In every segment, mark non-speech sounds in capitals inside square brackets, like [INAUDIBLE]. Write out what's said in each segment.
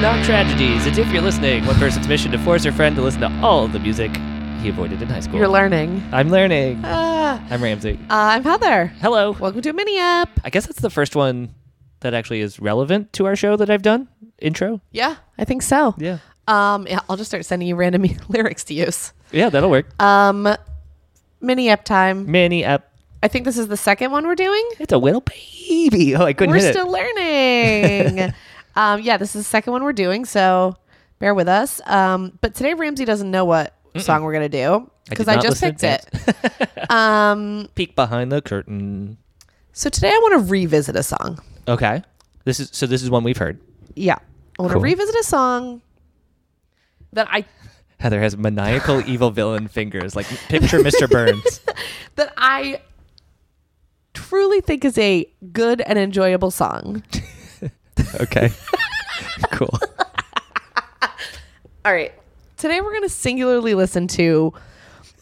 not tragedies. It's if you're listening. One person's mission to force her friend to listen to all the music he avoided in high school. You're learning. I'm learning. Ah, I'm Ramsey. I'm Heather. Hello. Welcome to Mini Up. I guess that's the first one that actually is relevant to our show that I've done. Intro. Yeah, I think so. Yeah. Um, yeah, I'll just start sending you random [LAUGHS] lyrics to use. Yeah, that'll work. Um, Mini Up time. Mini up. I think this is the second one we're doing. It's a little baby. [LAUGHS] Oh, I couldn't We're hit still [LAUGHS] learning. um, yeah, this is the second one we're doing, so bear with us. Um, but today Ramsey doesn't know what song we're gonna do it. because I, just picked it. Um, [LAUGHS] Peek behind the curtain. so today I want to revisit a song. Okay. This is so. This is one we've heard. Yeah, I want to Cool. revisit a song that I Heather has [LAUGHS] maniacal evil villain fingers. Like picture Mr. Burns. that I truly think is a good and enjoyable song. [LAUGHS] Okay. cool. All right. Today we're going to singularly listen to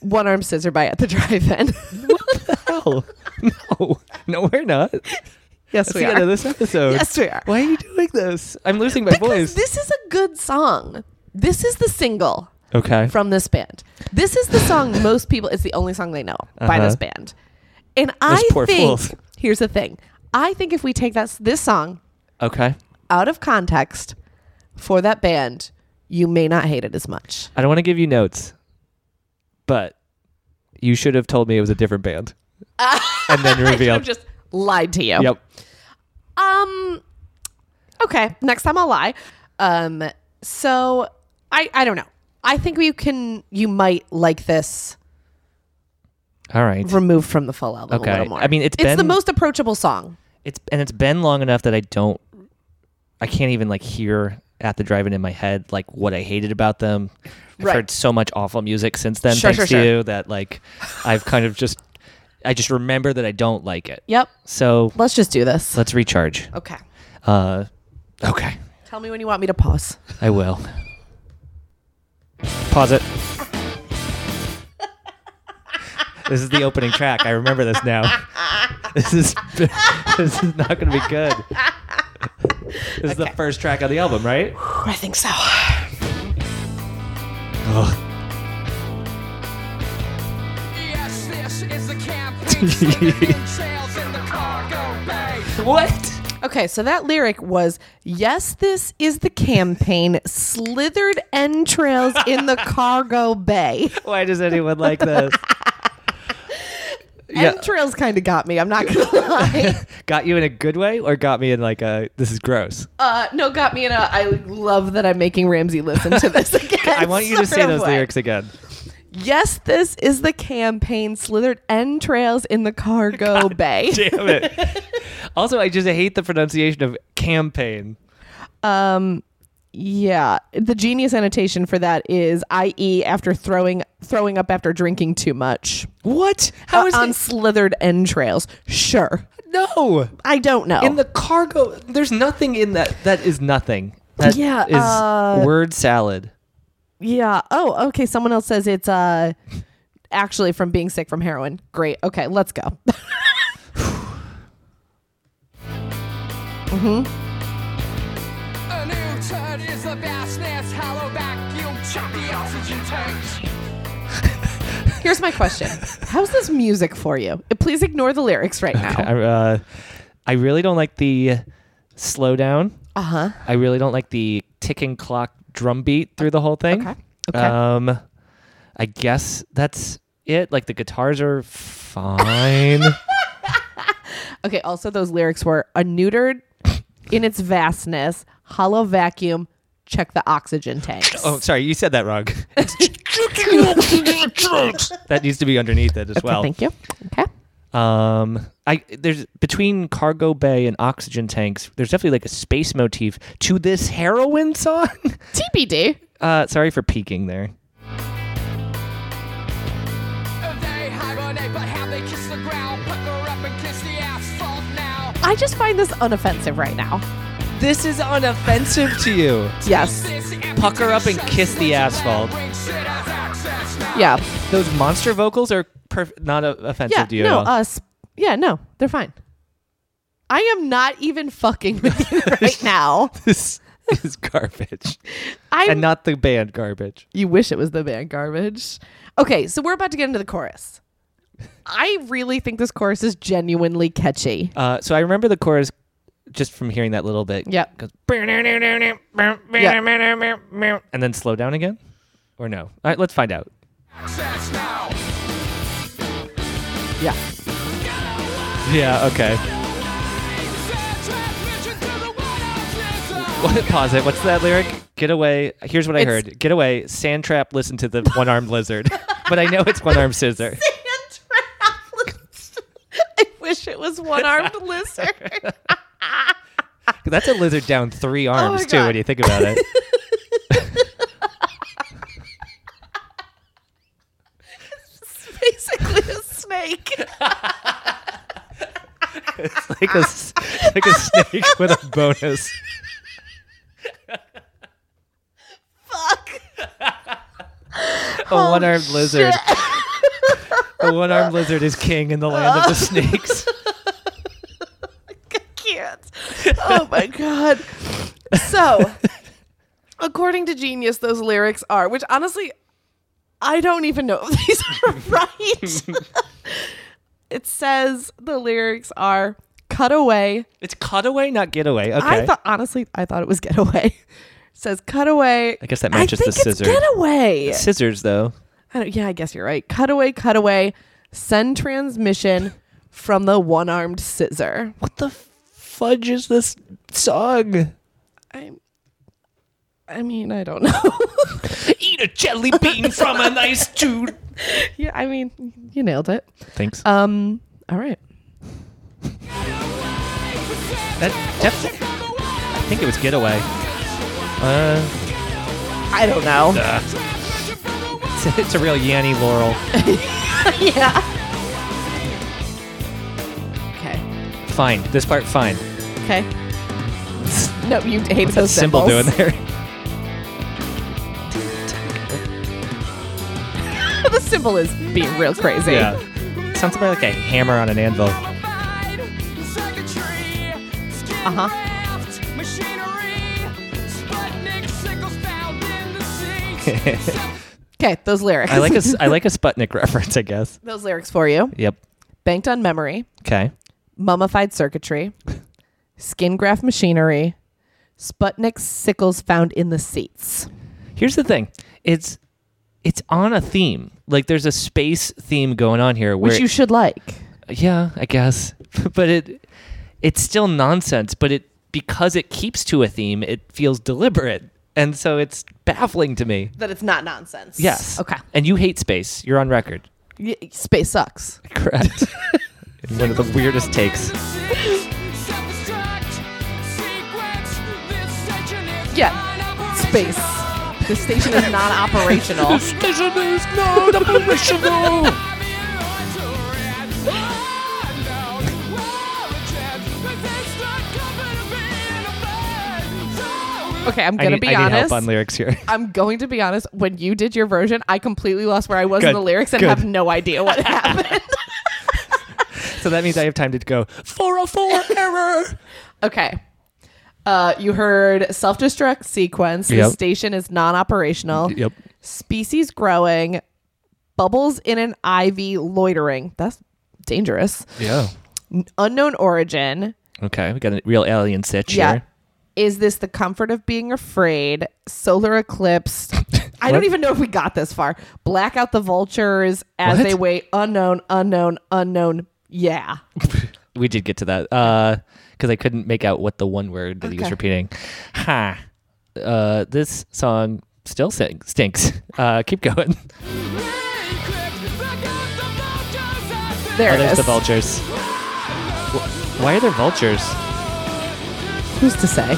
One Arm Scissor by At the Drive-In. [LAUGHS] Hell, no, no, we're not. yes, That's we the end of are. this episode. Yes, we are. Why are you doing this? I'm losing my Because voice. this is a good song. This is the single okay. from this band. This is the song most people, it's the only song they know by Uh-huh. this band. And I poor think, fools. here's the thing. I think if we take that, s- this song okay. out of context for that band, you may not hate it as [LAUGHS] much. I don't want to give you notes, but you should have told me it was a different [LAUGHS] band, and then I should revealed. have just lied to you. yep. Um. Okay. Next time I'll lie. Um. So I I don't know. I think you can you might like this All right. removed from the full album Okay. a little more. I mean, it's it's the been- most approachable song. It's and it's been long enough that I don't, I can't even like hear at the drive-in in my head like what I hated about them. I've Right. heard so much awful music since then, Sure, thanks sure, to sure. you, that like I've kind of just, I just remember that I don't like [LAUGHS] it. Yep. So Let's just do this. let's recharge. Okay. Uh, okay, Tell me when you want me to pause. I will. Pause it. this is the opening track. I remember this now. [LAUGHS] This is [LAUGHS] this is not going to be good. This is the first track on the album, right? I think so. Oh, Yes, this is [LAUGHS] the campaign sending in sails in the cargo bay. [LAUGHS] What? Okay, so that lyric was yes, this is the campaign slithered entrails [LAUGHS] in the cargo bay. why does anyone like this? yeah, Entrails kind of got me. I'm not gonna lie. [LAUGHS] got you in a good way, or got me in like a this is gross. Uh, no, got me in a. I love that I'm making Ramsey listen to this again. [LAUGHS] I want you to sort say of those way. lyrics [LAUGHS] again. Yes, this is the campaign slithered entrails in [LAUGHS] the cargo bay. Damn it. also, I just hate the pronunciation of campaign. Um, yeah, the genius annotation for that is i.e. after throwing throwing up after drinking too much. What? How Uh, is on slithered entrails? Sure, it? No. I don't know. In the cargo, there's nothing in that. That is nothing. That Yeah, is uh, word salad. yeah. Oh, okay. Someone else says it's uh actually from being sick from heroin. Great. Okay, let's go. A new turd is the bassnet's hollow back. You chop the oxygen tanks. Here's my question. [LAUGHS] How's this music for you? Please ignore the lyrics right now. I, uh, I really don't like the slowdown. Uh huh. I really don't like the ticking clock drum beat through the whole thing. Okay. Okay. Um, I guess that's it. Like the guitars are [LAUGHS] fine. Okay. Also, those lyrics were a neutered in its vastness, hollow vacuum. Check the oxygen tanks. Oh, sorry, you said that [LAUGHS] wrong. that needs to be underneath it as Okay, well. thank you. Okay. Um, I there's between cargo bay and oxygen tanks. There's definitely like a space motif to this heroin song. [LAUGHS] TBD. Uh, sorry for peeking there. They hibernate, but have they kissed the ground? Pucker up and kiss the asphalt now. I just find this unoffensive right now. This is unoffensive to you. Yes. This Pucker up and kiss the asphalt. Yeah. Those monster vocals are perf- not uh, offensive Yeah. to you. No. at all. Us. Yeah. No. They're fine. I am not even fucking with you [LAUGHS] right now. [LAUGHS] this is garbage, I [LAUGHS] and not the band garbage. You wish it was the band garbage. Okay, so we're about to get into the chorus. I really think this chorus is genuinely catchy. Uh, so I remember the chorus just from hearing that little bit. Yep. It goes, and then slow down again, or no? All right, let's find out. Access now. Yeah. Yeah. Okay. What, pause it. What's that lyric? Get away. Here's what I It's- heard. Get away. Sandtrap. Listen to the one-armed lizard. [LAUGHS] But I know it's one-armed scissor. I wish it was one armed [LAUGHS] lizard. That's a lizard down three arms Oh my too. God. When you think about [LAUGHS] it. Basically a snake. like a s- like a snake [LAUGHS] with a bonus. Fuck. Oh, A one-armed [LAUGHS] lizard. a one-armed lizard is king in the land Oh. of the snakes. I can't. Oh my god. So, according to Genius, those lyrics are, which honestly, I don't even know if [LAUGHS] these are right. [LAUGHS] it says the lyrics are cut away. It's cutaway, not getaway. Okay. I thought honestly, I thought it was getaway. It says cut away. I guess that matches I the think it's scissor. Getaway. Scissors though. I don't, yeah, I guess you're right. Cutaway, cutaway. Send transmission from the one-armed scissor. What the fudge is this song? I, I mean, I don't [LAUGHS] know. Eat a jelly bean from a [LAUGHS] nice dude. yeah, I mean, you nailed it. Thanks. Um, all right. that def- I think it was getaway. Uh, I don't know. it's, it's a real Yanni Laurel. [LAUGHS] yeah. Okay. Fine. This part fine. Okay. No, you hate That those symbol doing symbols. there. [LAUGHS] [LAUGHS] the symbol is being real crazy. Yeah. Sounds about like a hammer on an anvil. Uh-huh. [LAUGHS] Okay, those lyrics. I like a s- I like a Sputnik [LAUGHS] reference, I guess. [LAUGHS] those lyrics for you. Yep. Banked on memory, Okay. mummified circuitry, skin graft machinery, Sputnik sickles found in the seats. Here's the thing. It's it's on a theme. Like there's a space theme going on here where Which you should like. Yeah, I guess. [LAUGHS] but it it's still nonsense, but it because it keeps to a theme, it feels deliberate. And so it's baffling to me. That it's not nonsense. Yes. Okay. And you hate space. You're on record. Y- space sucks. Correct. In [LAUGHS] one of the weirdest [LAUGHS] [LAUGHS] takes. Yeah. [LAUGHS] Space. The station is non operational. station is not operational. Okay, I'm I gonna need- be I need honest. help on lyrics [LAUGHS] here. I'm going to be honest. When you did your version, I completely lost where I was in Good, the lyrics and good. have no idea what [LAUGHS] happened. So that means I have time to go 404 error. [LAUGHS] okay. Uh, you heard self destruct sequence. Yep. The station is non operational. Yep. Species growing. Bubbles in an ivy loitering. That's dangerous. Yeah. Unknown origin. Okay, we got a real alien set here. Yeah. Is this the comfort of being afraid? Solar [LAUGHS] eclipse. I don't What? even know if we got this far. Black out the vultures as What? they wait. Unknown, unknown, unknown. Yeah. We did get to that because I couldn't make out what the one word that he was Okay. repeating. Ha. Uh, this song still sing- stinks. Uh, keep going. [LAUGHS] There Oh, it there's is. the vultures. Wh- Why are there vultures? Who's to say?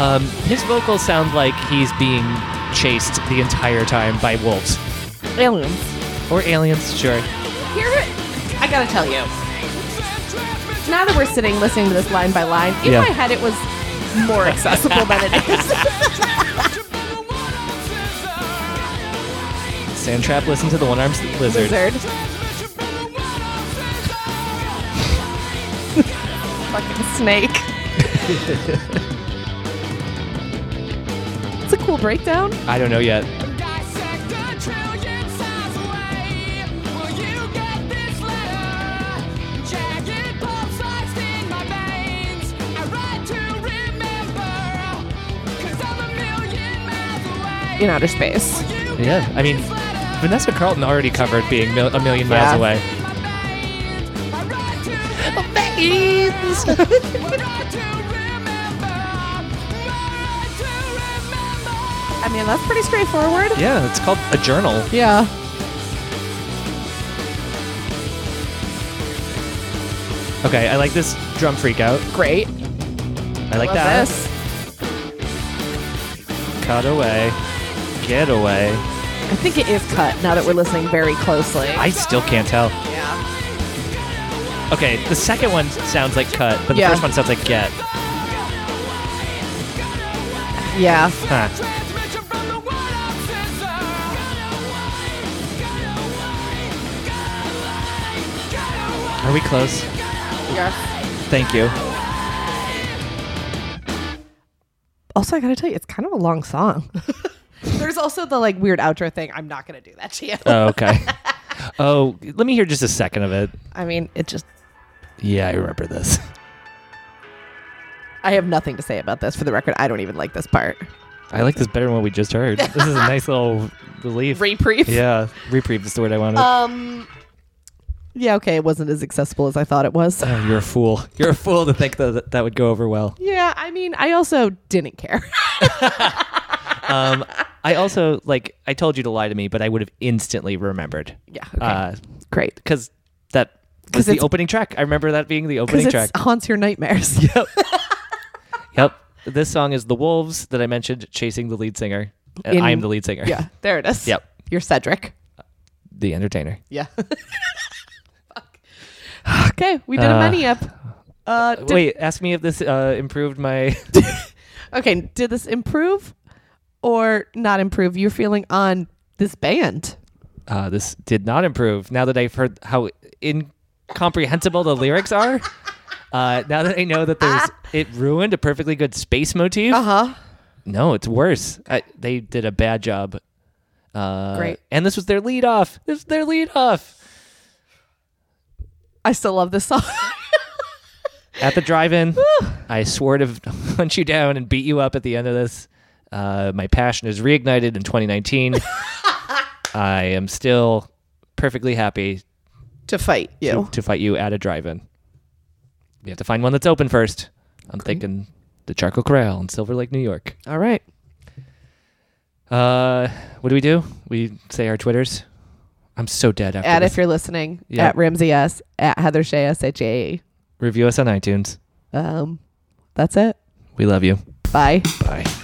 Um, his vocals sound like he's being chased the entire time by wolves Aliens. or aliens. Sure. Here, I gotta tell you. Now that we're sitting listening to this line by line, in Yeah. my head it was more accessible than [LAUGHS] it is. Sandtrap, listen to the one-armed lizard. Lizard. Fucking snake. It's a cool breakdown. I don't know yet. Dissect a trillion size away. Will you get this letter? Jagged pulse sliced in my veins. I write to remember. Cause I'm a million miles away. In outer space. You get Yeah, I mean, this letter. Vanessa Carlton already covered being mil- a million miles Yeah. away. In my Oh, veins. I write to remember. I write to remember. I write to remember. I mean, that's pretty straightforward. Yeah, it's called a journal. Yeah. Okay, I like this drum freak out. Great. I like that. Cut away. Get away. I think it is cut now that we're listening very closely. I still can't tell. yeah. Okay, the second one sounds like cut, but the Yeah. first one sounds like get. Yeah. Huh. Transmission from the one up scissor. Got away, got away, got away, got away. Are we close? yeah. Thank you. Also, I gotta tell you, it's kind of a long song. [LAUGHS] There's also the like weird outro thing. I'm not gonna do that to you. Oh, [LAUGHS] okay. oh, let me hear just a second of it. I mean, it just. Yeah, I remember this. I have nothing to say about this. For the record, I don't even like this part. I like this better than what we just [LAUGHS] heard. This is a nice little relief. Reprieve. yeah, reprieve is the word I wanted. Um. Yeah. Okay. It wasn't as accessible as I thought it was. Oh, you're a fool. You're a fool to think that that would go over [LAUGHS] well. Yeah. I mean, I also didn't care. [LAUGHS] Um, I also like I told you to lie to me, but I would have instantly remembered. Uh, yeah. Okay. Because Great. that 'Cause was the it's- opening track. I remember that being the Because opening it track. haunts [LAUGHS] your nightmares. Yep. yep. This song is The Wolves that I mentioned chasing the lead singer. And I In- am the lead singer. [LAUGHS] yeah. There it is. Yep. You're Cedric. [LAUGHS] The entertainer. Yeah. [LAUGHS] okay, we did a Uh, many up. Uh, did- Wait, ask me if this uh, improved my [LAUGHS] Okay, did this improve or not improve your feeling on this band? uh, this did not improve. Now that I've heard how incomprehensible the lyrics are, uh, now that I know that there's Ah. it ruined a perfectly good space motif. huh. No, it's worse. I, they did a bad job. Uh, Great. And this was their lead off. This is their lead off I still love this song. [LAUGHS] at the drive-in. I swore to [LAUGHS] hunt you down and beat you up at the end of this. Uh, my passion is reignited in 2019. I am still perfectly happy to fight to, you. to fight you at a drive-in. We have to find one that's open first. I'm thinking the Charcoal Corral in Silver Lake, New York. All right. Uh, what do we do? We say our Twitters. I'm so dead after At this. if you're listening, Yeah. at Ramsey S, at Heather Shea, S H A. E. Review us on iTunes. Um, that's it. We love you. Bye. Bye.